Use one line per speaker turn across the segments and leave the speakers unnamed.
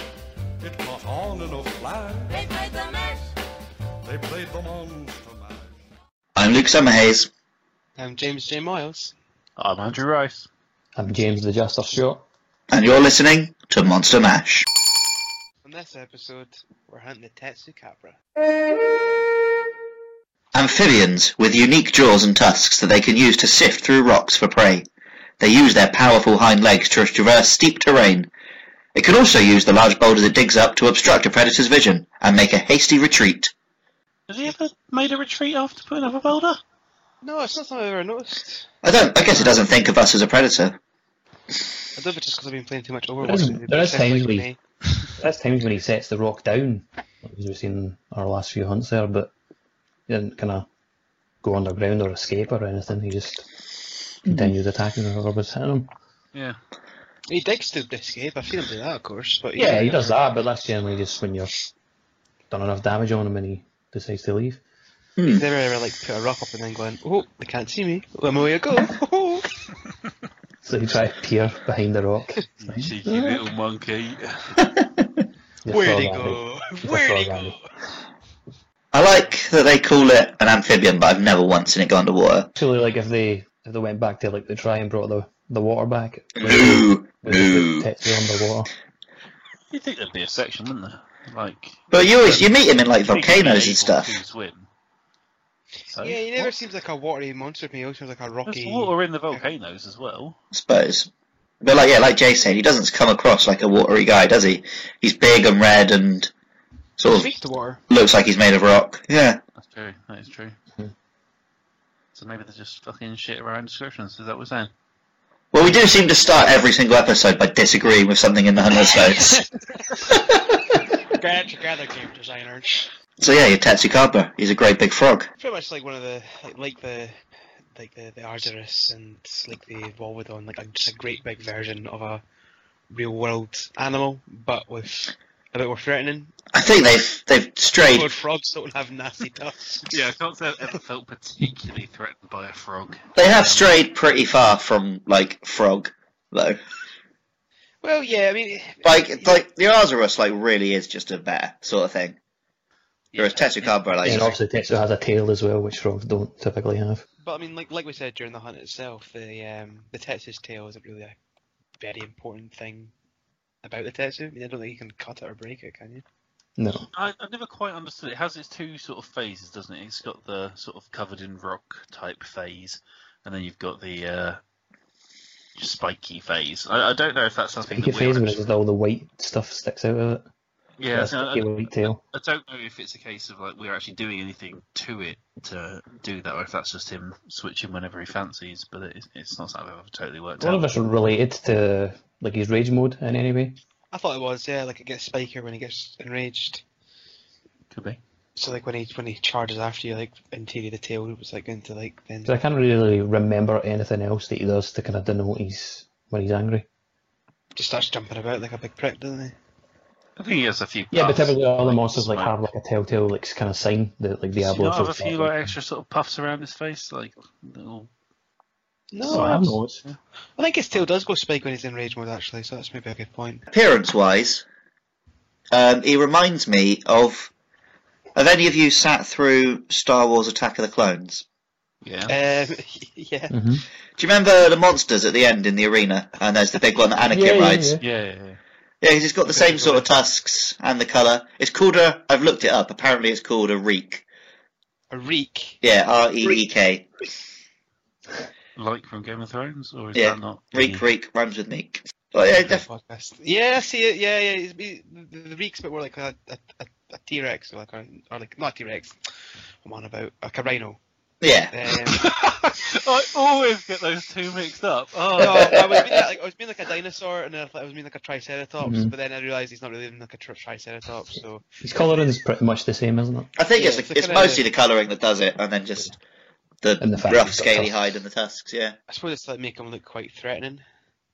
It was on in a flash.
They played the match.
They played the monster mash.
I'm Luke Summerhayes.
I'm James J. Miles.
I'm Andrew Rice.
I'm James the Jester Stewart.
and you're listening to Monster Mash.
On this episode, we're hunting the Tetsu Capra.
Amphibians with unique jaws and tusks that they can use to sift through rocks for prey. They use their powerful hind legs to traverse steep terrain. It can also use the large boulders it digs up to obstruct a predator's vision and make a hasty retreat.
Has he ever made a retreat after putting up a boulder?
No, it's not something I've ever noticed.
I don't. I guess it doesn't think of us as a predator.
I don't know if it's just because I've been playing too much
There is-
Overwatch. lately,
there
but
is
it sounds
times
like
we-
me.
That's times when he sets the rock down, as we've seen in our last few hunts there, but he didn't kind of go underground or escape or anything. He just continues attacking whoever was hitting him.
Yeah.
He digs to escape. I've seen him do that, of course. But
Yeah, he does that, but that's generally just when you're done enough damage on him and he decides to leave.
Hmm.
He's never ever like put a rock up and then going, oh, they can't see me. Let me away I go.
So he tries to peer behind the rock.
You cheeky little monkey.
You saw
Where'd he
that, right?
go?
You
Where'd
saw
he
that,
go?
right?
I like that they call it an amphibian, but I've never once seen it go underwater.
Actually, like if they if they went back to like the try and brought the the water back, with,
No,
with the
no.
Tetsu underwater.
You'd think there'd be a section, wouldn't there? Like
But you always you meet him in like
people
volcanoes
able
and stuff.
To swim. So,
Yeah, he never
what-
seems like a watery monster to me. He always seems like a
There's
rocky.
water in the volcanoes as well.
I suppose. But like yeah, like Jay said, he doesn't come across like a watery guy, does he? He's big and red and
He
sort of
speaks to water.
looks like he's made of rock. Yeah.
That's true. That is true.
Hmm.
So maybe they're just fucking shit around descriptions. Is that what we're saying?
Well, we do seem to start every single episode by disagreeing with something in the Hunter's notes.
Glad together, game designers.
so yeah, your Tetsukaba, he's a great big frog.
Pretty much like one of the like, like the like the the Arduris and like the Volvodon, like a, just a great big version of a real world animal, but with a bit more threatening.
I think they've they've strayed.
Lord frogs don't have nasty tusks.
Yeah, I can't say I've ever felt particularly threatened by a frog.
They have strayed pretty far from like frog though.
Well, yeah, I mean,
Like it's like the Azarus like really is just a bear sort of thing. Whereas Tetsukaba like
and obviously Tetsu has a tail as well, which frogs don't typically have.
but I mean, like like we said during the hunt itself, the um the Tetsu's tail is really a very important thing about the Tetsu. I mean, I don't think you can cut it or break it, can you?
No,
I, I never quite understood. It has its two sort of phases, doesn't it? It's got the sort of covered in rock type phase, and then you've got the uh, spiky phase. I, I don't know if that's something
you can
that we're
phase where all the white stuff sticks out of it.
yeah.
That
so I,
sticky white tail.
I don't know if it's a case of like we're actually doing anything to it to do that, or if that's just him switching whenever he fancies. But it, it's not something I've ever totally worked
One
out.
of us related to like his rage mode in any way.
I thought it was, yeah, like it gets spikier when he gets enraged.
Could be.
So like when he when he charges after you, like interior of the tail it was like into like then.
'Cause I can't really remember anything else that he does to kind of denote he's when he's angry.
just starts jumping about like a big prick, doesn't he?
I think he has a few.
Yeah, but
puffs,
typically all the monsters like
smoke.
have like a telltale like kind of sign that like
Does he
Diablo.
not have a few like extra sort of puffs around his face, like little
No,
Oh, I have noticed.
I think his tail does go spike when he's in rage mode actually, so that's maybe a good point.
appearance wise, um, he reminds me of. Have any of you sat through Star Wars Attack of the Clones?
yeah.
Eh?
Um, yeah,
Mhm.
Do you remember the monsters at the end in the arena? And there's the big one that Anakin
Yeah, yeah,
rides.
yeah.
Yeah, yeah, yeah.
Yeah, 'cause it's got the same sort of tusks and the colour. It's called a. I've looked it up. Apparently, it's called a reek.
a reek.
Yeah, R E E K.
like from Game of Thrones, or is
Yeah.
that not?
Reek, reek rhymes with meek. But Oh, yeah, def-
Podcast. Yeah, I see it. Yeah, yeah. He's, he, the, the reek's a bit more like a a, a, a T Rex or like a, or like not T Rex. I'm on about like a rhino.
yeah.
Um,
I always get those two mixed up.
No,
Oh,
I was being like, I was being like a dinosaur, and then I thought I was being like a triceratops,
Mhm.
but then I realised he's not really even like a tri- triceratops. So
His colouring's pretty much the same, isn't it?
I think
Yeah,
it's,
it's
the,
the
it's
kinda-
mostly the colouring that does it, and then just the,
And the fact
rough,
he's got
scaly
tusks.
hide and the tusks. Yeah.
I suppose it's like make him look quite threatening.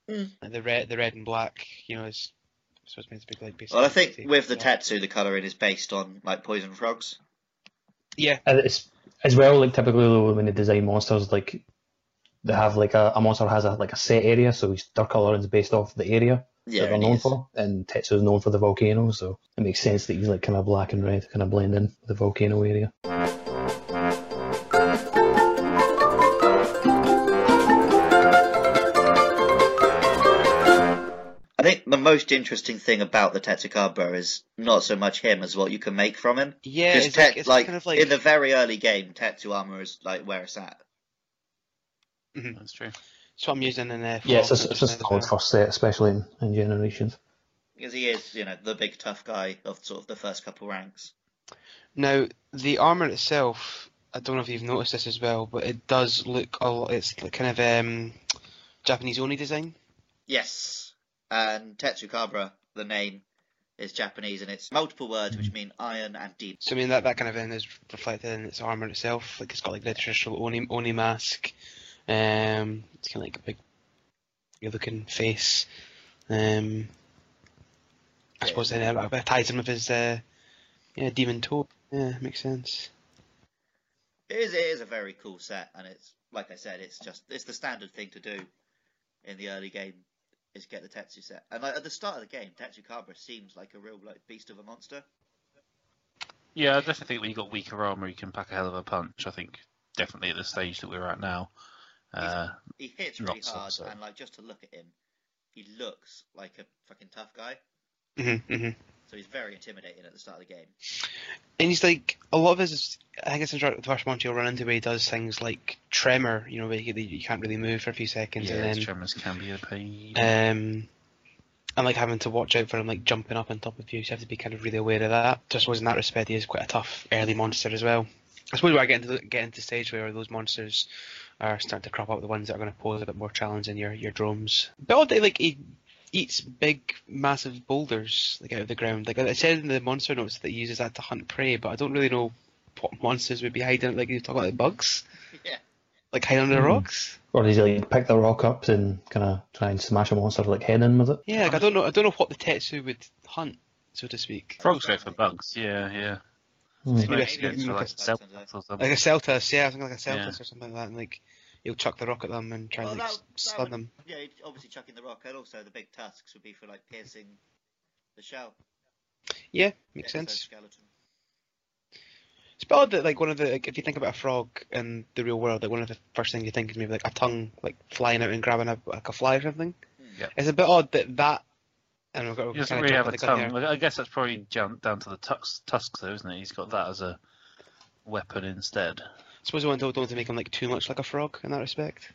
Mm.
Like the red, the red and black, you know, is I suppose meant to be like.
Well, I think
basically-
with the Tetsu, the colouring is based on like poison frogs.
Yeah,
And it's as well like typically though, when they design monsters like they have like a, a monster has a like a set area so his their colouring is based off the area
Yeah,
that they're
it
known
is.
for, and Tetsuo's known for the volcano, so it makes sense that he's like kind of black and red, kind of blend in with the volcano area.
I think the most interesting thing about the Tetsukaba is not so much him as what you can make from him.
Yeah,
Because
it's, like,
Tet-
it's
like,
kind of like
in the very early game, Tetsuyama is like where it's at.
That's true.
so I'm using in uh,
Yeah, it's
Fallout
a,
just
it's a
now as
solid
well.
first set, especially in, in Generations.
Because he is, you know, the big tough guy of sort of the first couple ranks.
Now, the armor itself, I don't know if you've noticed this as well, but it does look a lot. It's the kind of um, Japanese only design.
Yes. And Tetsukabra, the name, is Japanese and it's multiple words
Mm.
which mean iron and deep.
So I mean that that kind of thing is reflected in its armor itself. Like it's got like the traditional oni oni mask. Um, it's kind of like a big, good looking face. Um, I suppose then it, it ties in with his uh, yeah demon toe. Yeah, makes sense.
It is, it is a very cool set and it's, like I said, it's just, it's the standard thing to do in the early game is get the Tetsu set. And like, at the start of the game, Tetsukabra seems like a real like beast of a monster.
Yeah, I definitely think when you've got weaker armor, you can pack a hell of a punch. I think definitely at the stage that we're at now. Uh,
He hits
Not
really
so,
hard
so.
and like just to look at him, he looks like a fucking tough guy.
hmm hmm
So he's very intimidating at the start of the game.
And he's like a lot of his. I think it's in the first one you'll run into where he does things like tremor. You know, where you, you can't really move for a few seconds,
yeah,
and
his
then
tremors can be a pain.
Um, and like having to watch out for him, like jumping up on top of you, so you have to be kind of really aware of that. Just was in that respect, he is quite a tough early monster as well. I suppose we're getting to get into stage where those monsters are starting to crop up, the ones that are going to pose a bit more challenge in your your drones. But all day, like he eats big, massive boulders like out of the ground. Like I said in the monster notes that he uses that to hunt prey, but I don't really know what monsters would be hiding. Like you talk about like bugs,
yeah.
like hiding under
Hmm.
rocks.
Or does he like pick the rock up and kind of try and smash a monster like head in with it?
Yeah, like I don't know. I don't know what the Tetsu would hunt, so to speak.
Frogs go for bugs. Yeah, yeah.
Hmm.
Maybe
Snakes
maybe
go for, like,
like
a-
celtics or something.
Like a Celtus, yeah, something like a Celtus
Yeah.
or something like that, and like he'll chuck the rock at them and try
Well,
and like,
that-
s-
that
stun
would-
them.
Yeah, he'd obviously chucking the rock, and also the big tusks would be for like piercing the shell.
Yeah, makes
Yeah, so
sense.
Skeleton.
It's about that like one of the like, if you think about a frog in the real world, like one of the first things you think is maybe like a tongue like flying out and grabbing a like a fly or something.
Hmm.
Yeah.
It's a bit odd that that. And we've got, we're
He doesn't
kinda
really have a
jumping the gun
tongue. I guess that's probably down, down to the tux, tusks, though, isn't it? He's got that as a weapon instead.
I suppose I want to, don't want to make him like too much like a frog in that respect.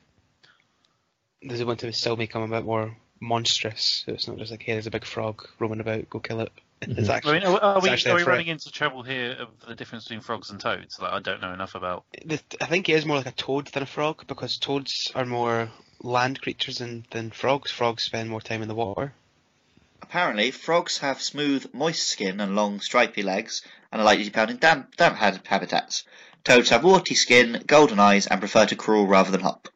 Does he want to still make him a bit more monstrous? So it's not just like, hey, there's a big frog roaming about, go kill it. It's
Mhm.
Mm-hmm. I
actually
mean, are, are
it's
we,
actually
are
a
we
threat.
running into trouble here of the difference between frogs and toads? Like, I don't know enough about.
the, I think he is more like a toad than a frog because toads are more land creatures than, than frogs. Frogs spend more time in the water.
Apparently, frogs have smooth, moist skin and long, stripy legs, and are likely to be found in damp, damp ha- habitats. Toads have warty skin, golden eyes, and prefer to crawl rather than hop.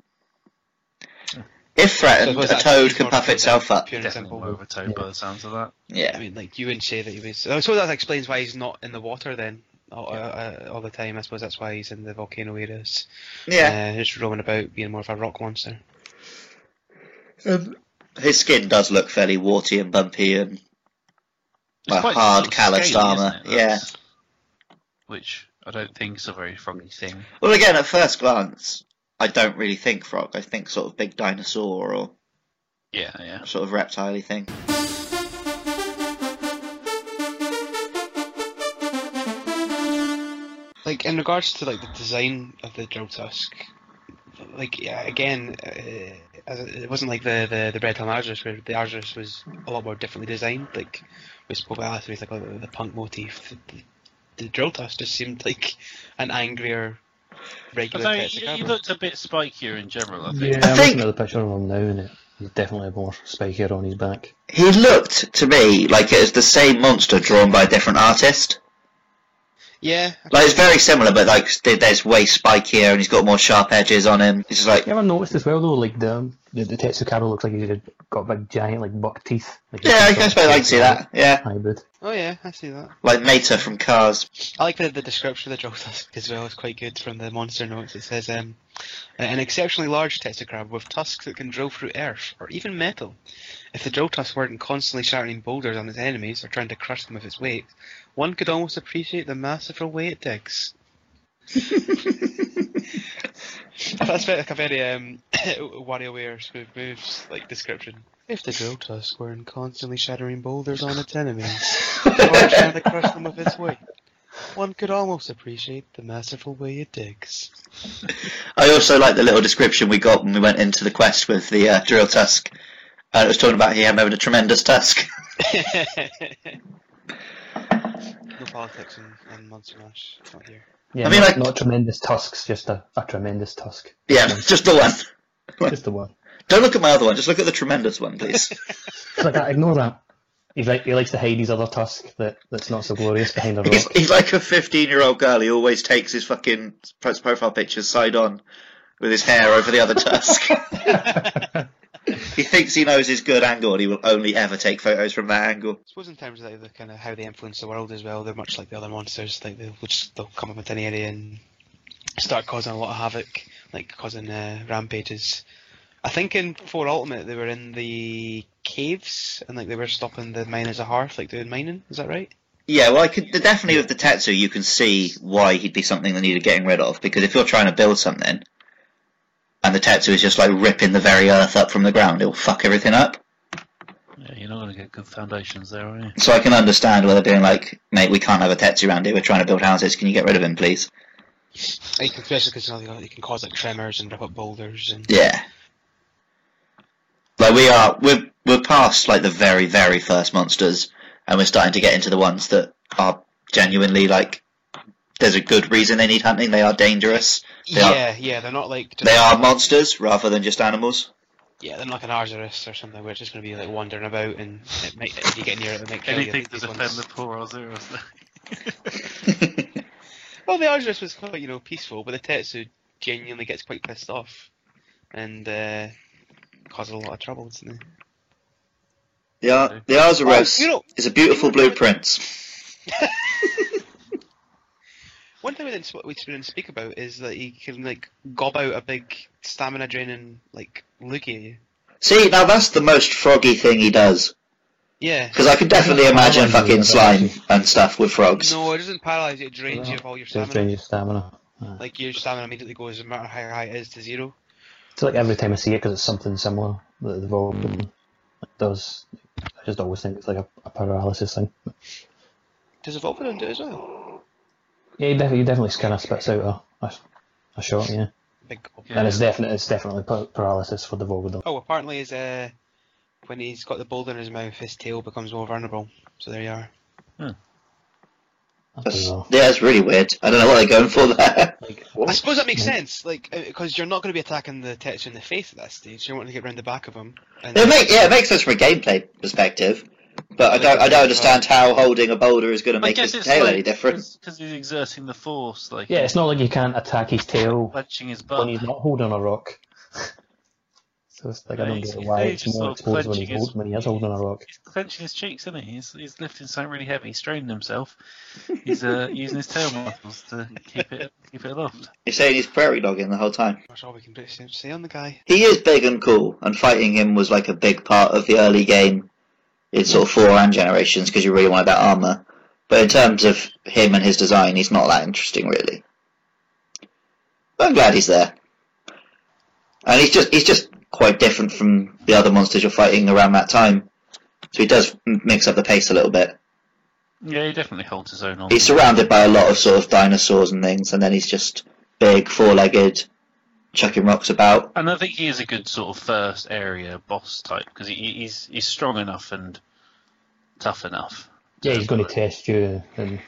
If
Hmm. So I
threatened,
suppose
a
that's
toad
more
can puff
toad than
itself up.
Pure and
Definitely
simple.
more of a toad by the sounds of that.
I
Yeah.
mean, like you wouldn't say that he was. I suppose that explains why he's not in the water then all, uh, uh, all the time. I suppose that's why he's in the volcano areas,
Yeah.
uh, just roaming about, being more of a rock monster.
His skin does look fairly warty and bumpy and
It's
Like
quite
hard
sort of
calloused
scaly,
armour,
isn't it?
yeah.
That's- Which I don't think is a very froggy thing.
Well, again, at first glance, I don't really think frog. I think sort of big dinosaur or
Yeah, yeah.
sort of reptile thing.
Like in regards to like the design of the drill tusk, like yeah, again, uh, as it it wasn't like the the the Red Helm Argus where the Argus was a lot more differently designed. Like we spoke about last week, like oh, the, the punk motif. The, the, the drill tusk just seemed like an angrier
But
regular.
no,
Tetsu
you, you
Kabra.
looked a bit spikier in general, I think.
Yeah,
I
I'm
think-
looking at the picture of him now, and it, he's definitely more spikier on his back.
He looked to me like it was the same monster drawn by a different artist.
Yeah,
Like it's very similar, but like th- there's way spikier and he's got more sharp edges on him. He's just like
You ever noticed as well though, like the the, the Tetsukaro looks like he's got big giant like buck teeth. Like
Yeah, I guess I like to see that. Yeah,
Hybrid.
Oh yeah, I see that.
like Mata from Cars.
I like the, the description of the Joltusk as well. It's quite good from the monster notes. It says, um, an exceptionally large testacrab with tusks that can drill through earth or even metal. If the Joltusk weren't constantly shattering boulders on its enemies or trying to crush them with its weight, one could almost appreciate the masterful way it digs. That's a bit like a very um, WarioWare smooth moves like description. If the Joltusk weren't constantly shattering boulders on its enemies or trying to crush them with its weight. One could almost appreciate the masterful way it digs.
I also like the little description we got when we went into the quest with the uh, drill tusk. And it was talking about him having a tremendous tusk.
no politics in, in Monster Mash. Not here.
Yeah,
I mean,
not,
like-
not tremendous tusks, just a, a tremendous tusk.
yeah, just the one.
Just the one.
Don't look at my other one. Just look at the tremendous one, please.
Like that, ignore that. He's like, he likes to hide his other tusk that, that's not so glorious behind a rock.
he's, he's like a fifteen-year-old girl. He always takes his fucking pros- profile pictures side on, with his hair over the other tusk. he thinks he knows his good angle, and he will only ever take photos from that angle.
I suppose in terms of like, the kind of how they influence the world as well, they're much like the other monsters. Like they'll they'll just they'll come up with an area and start causing a lot of havoc, like causing uh, rampages. I think in Four Ultimate they were in the caves and like they were stopping the miners of Hearth, like doing mining. Is that right?
Yeah, well, I could definitely with the Tetsu, you can see why he'd be something that needed getting rid of. Because if you're trying to build something, and the Tetsu is just like ripping the very earth up from the ground, it'll fuck everything up.
Yeah, you're not going to get good foundations there, are you?
So I can understand why they're being like, mate, we can't have a Tetsu around here. We're trying to build houses. Can you get rid of him, please?
Like, especially because you know, it can cause like tremors and rip up boulders and
Yeah. Like we are, we're we're past like the very very first monsters, and we're starting to get into the ones that are genuinely like. There's a good reason they need hunting. They are dangerous. They are-
yeah, yeah, they're not like just,
They are monsters rather than just animals.
yeah, they're not like an Arceus or something where it's just going to be like wandering about and it might, if you get near it, it might kill you.
Anything
Like,
that's
these
offend
ones-
the poor Ozeros.
Well, the Arceus was quite you know peaceful, but the Tetsu genuinely gets quite pissed off and uh, causes a lot of trouble, doesn't it?
The Ar- the
Oh, you
Azuros
know-
is a beautiful blueprint.
One thing we didn't, sp- we didn't speak about is that he can like gob out a big stamina draining like loogie at you.
See, now that's the most froggy thing he does.
Yeah.
Because I could definitely imagine
I'll do
fucking
that.
slime and stuff with frogs.
No, it doesn't paralyze you. It drains you of all your
Just
stamina.
drains your stamina. Aye.
Like your stamina immediately goes, no matter how high it is, to zero.
So like every time I see it, because it's something similar that they've all been,
Hmm.
it does. I just always think it's like a, a paralysis thing.
Does Evolvadon do it as well?
Yeah, he definitely, he definitely kind of spits out a, a, a shot, yeah.
Big gob.
Yeah.
And it's definitely it's definitely pa- paralysis for the Volgodon.
Oh, apparently his uh, when he's got the boulder in his mouth, his tail becomes more vulnerable. So there you are.
I don't
That's,
know.
yeah, it's really weird. I don't know what they're going for there.
Like,
I
What?
suppose that makes sense, like because you're not going to be attacking the Tetsu in the face at that stage. You're wanting to get round the back of him. And
It make, yeah, it makes sense from a gameplay perspective, but I don't, I don't understand how holding a boulder is going to
I
make
guess
his
it's
tail any different.
Because he's exerting the force, like
yeah, it's not like you can't attack his tail
clenching his
when
butt.
he's not holding a rock. so it's like I
Yeah,
don't
he's-
get
he's
why
really
it's
just
more
sort of
exposed when,
clenching
he's
his-
hold, when he is holding a rock.
He's clenching his cheeks, isn't he? He's, he's lifting something really heavy. He's straining himself. He's uh, using his tail muscles to keep it keep it aloft.
You're saying he's prairie dogging the whole time.
that's all we can pretty much say on the guy.
He is big and cool, and fighting him was like a big part of the early game in sort of four and generations because you really wanted that armor. But in terms of him and his design, he's not that interesting really. But I'm glad he's there, and he's just he's just quite different from the other monsters you're fighting around that time. So he does m- mix up the pace a little bit.
Yeah, he definitely holds his own. On
He's surrounded by a lot of sort of dinosaurs and things, and then he's just big, four-legged, chucking rocks about.
And I think he is a good sort of first area boss type because he, he's he's strong enough and tough enough.
Yeah, he's going to test you in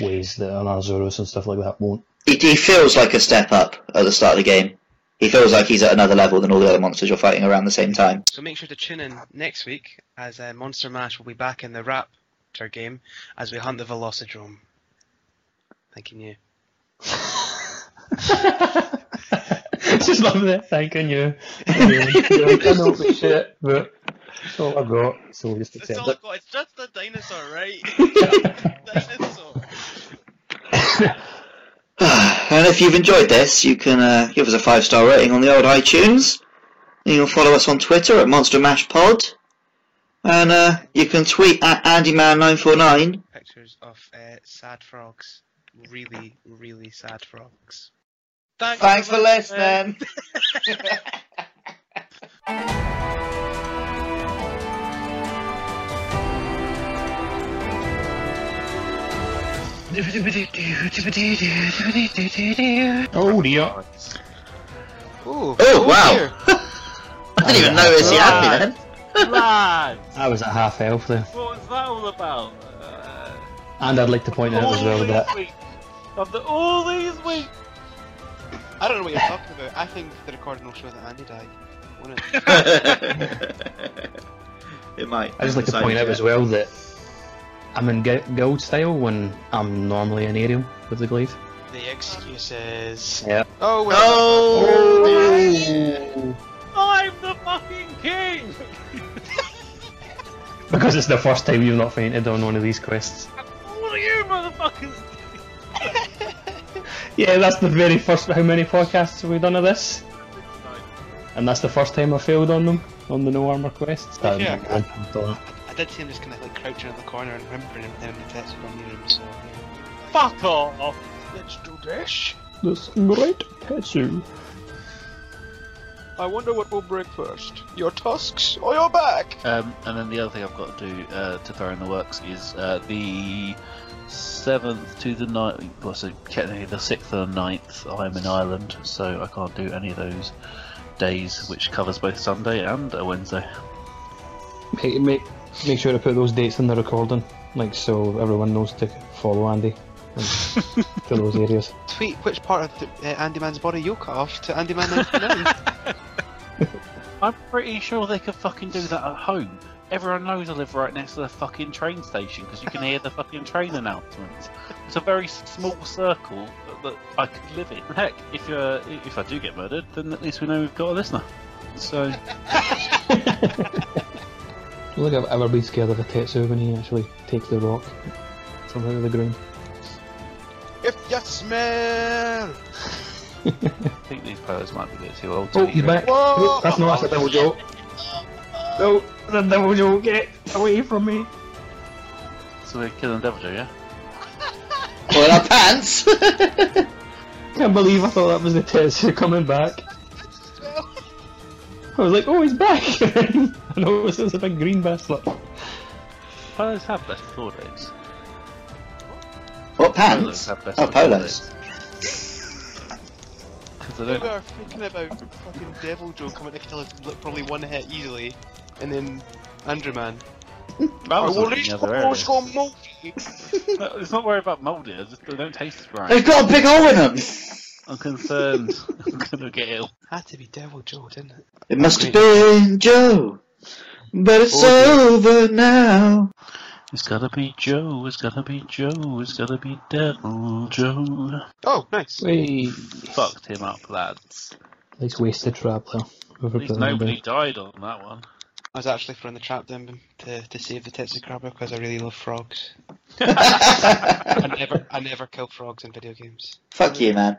ways that on Arzuros and stuff like that won't.
He, he feels like a step up at the start of the game. He feels like he's at another level than all the other monsters you're fighting around the same time.
So make sure to tune in next week as uh, Monster Mash will be back in the Raptor game as we hunt the Velocidrome. Thanking you.
just love that. Thanking you. And you're like, I know it's shit, but it's all I've got, so just
It's
accept
all
it.
I've got. It's just the dinosaur, right? dinosaur.
and if you've enjoyed this, you can uh, give us a five star rating on the old iTunes. You can follow us on Twitter at Monster Mash Pod, and uh, you can tweet at AndyMan949.
Pictures of uh, sad frogs. Really, really sad frogs. Thanks,
Oh dear.
Ooh,
Oh wow! I didn't even notice you had me then.
Lads!
I was at half health there.
What was that all about? Uh, Oh,
And I'd like to point out as well that
After all these weeks,
I don't know what you're talking about. I think the recording will show that Andy died. Won't it?
it might.
I just like to
So,
point out
yeah.
as well that I'm in gu- guild style when I'm normally in aerial with the glaive.
The excuses.
Yeah.
Oh well.
Oh!
I'm the fucking king!
Because it's the first time you've not fainted on one of these quests.
All you motherfuckers!
Yeah, that's the very first. How many podcasts have we done of this? And that's the first time I failed on them on the no armor quests. Um,
Yeah.
and I've done it.
I did see him just kind of like crouching in the corner and whimpering and then the test on near him. So
Fuck off! Let's do this!
This great Tetsu.
I wonder what will break first: your tusks or your back?
Um, and then the other thing I've got to do uh, to throw in the works is uh, the seventh to the ninth. Well, so technically the sixth and the 9th I'm in Ireland, so I can't do any of those days, which covers both Sunday and a Wednesday.
Make, make, make sure to put those dates in the recording, like so everyone knows to follow Andy and to those areas.
Tweet which part of the, uh, Andy Man's body you cut off to Andy Man 99.
I'm pretty sure they could fucking do that at home. Everyone knows I live right next to the fucking train station because you can hear the fucking train announcements. It's a very s- small circle that- that I could live in. Heck, if uh, if I do get murdered, then at least we know we've got a listener. So
I don't think I've ever been scared of a Tetsu when he actually takes the rock from out of the ground.
if you smell.
I think these players might be a bit too old. To
Oh,
be
he's back!
Whoa!
That's not that's a double joke. No, the devil joke, get away from me.
So we're killing the devil, Joe, yeah?
Well, our pants!
Can't believe I thought that was the Tetsu coming back. I was like, oh, he's back! I noticed it was a big green bastard.
Players have less four days.
what pants?
have less
Oh, polos.
Because they
We
don't.
were thinking about fucking Devil Joe coming to kill us like, probably one hit easily, and then Andrew Man. Oh,
That was
will
in the
eat
other
the
area.
Oscar Mulkey.
No, It's not worried about mouldy. I just they don't taste as right.
They've got a big hole in them!
I'm concerned. I'm gonna get ill.
Had to be Devil Joe, didn't it?
It must have been Joe, but it's over now.
It's gotta be Joe, it's gotta be Joe, it's gotta be Devil Joe.
Oh, nice.
Wait.
Fucked him up, lads.
Nice wasted trap there.
At least nobody died on that one.
I was actually throwing the trap down to, to save the Tetsu Crabber because I really love frogs. I never I never kill frogs in video games.
Fuck you, man.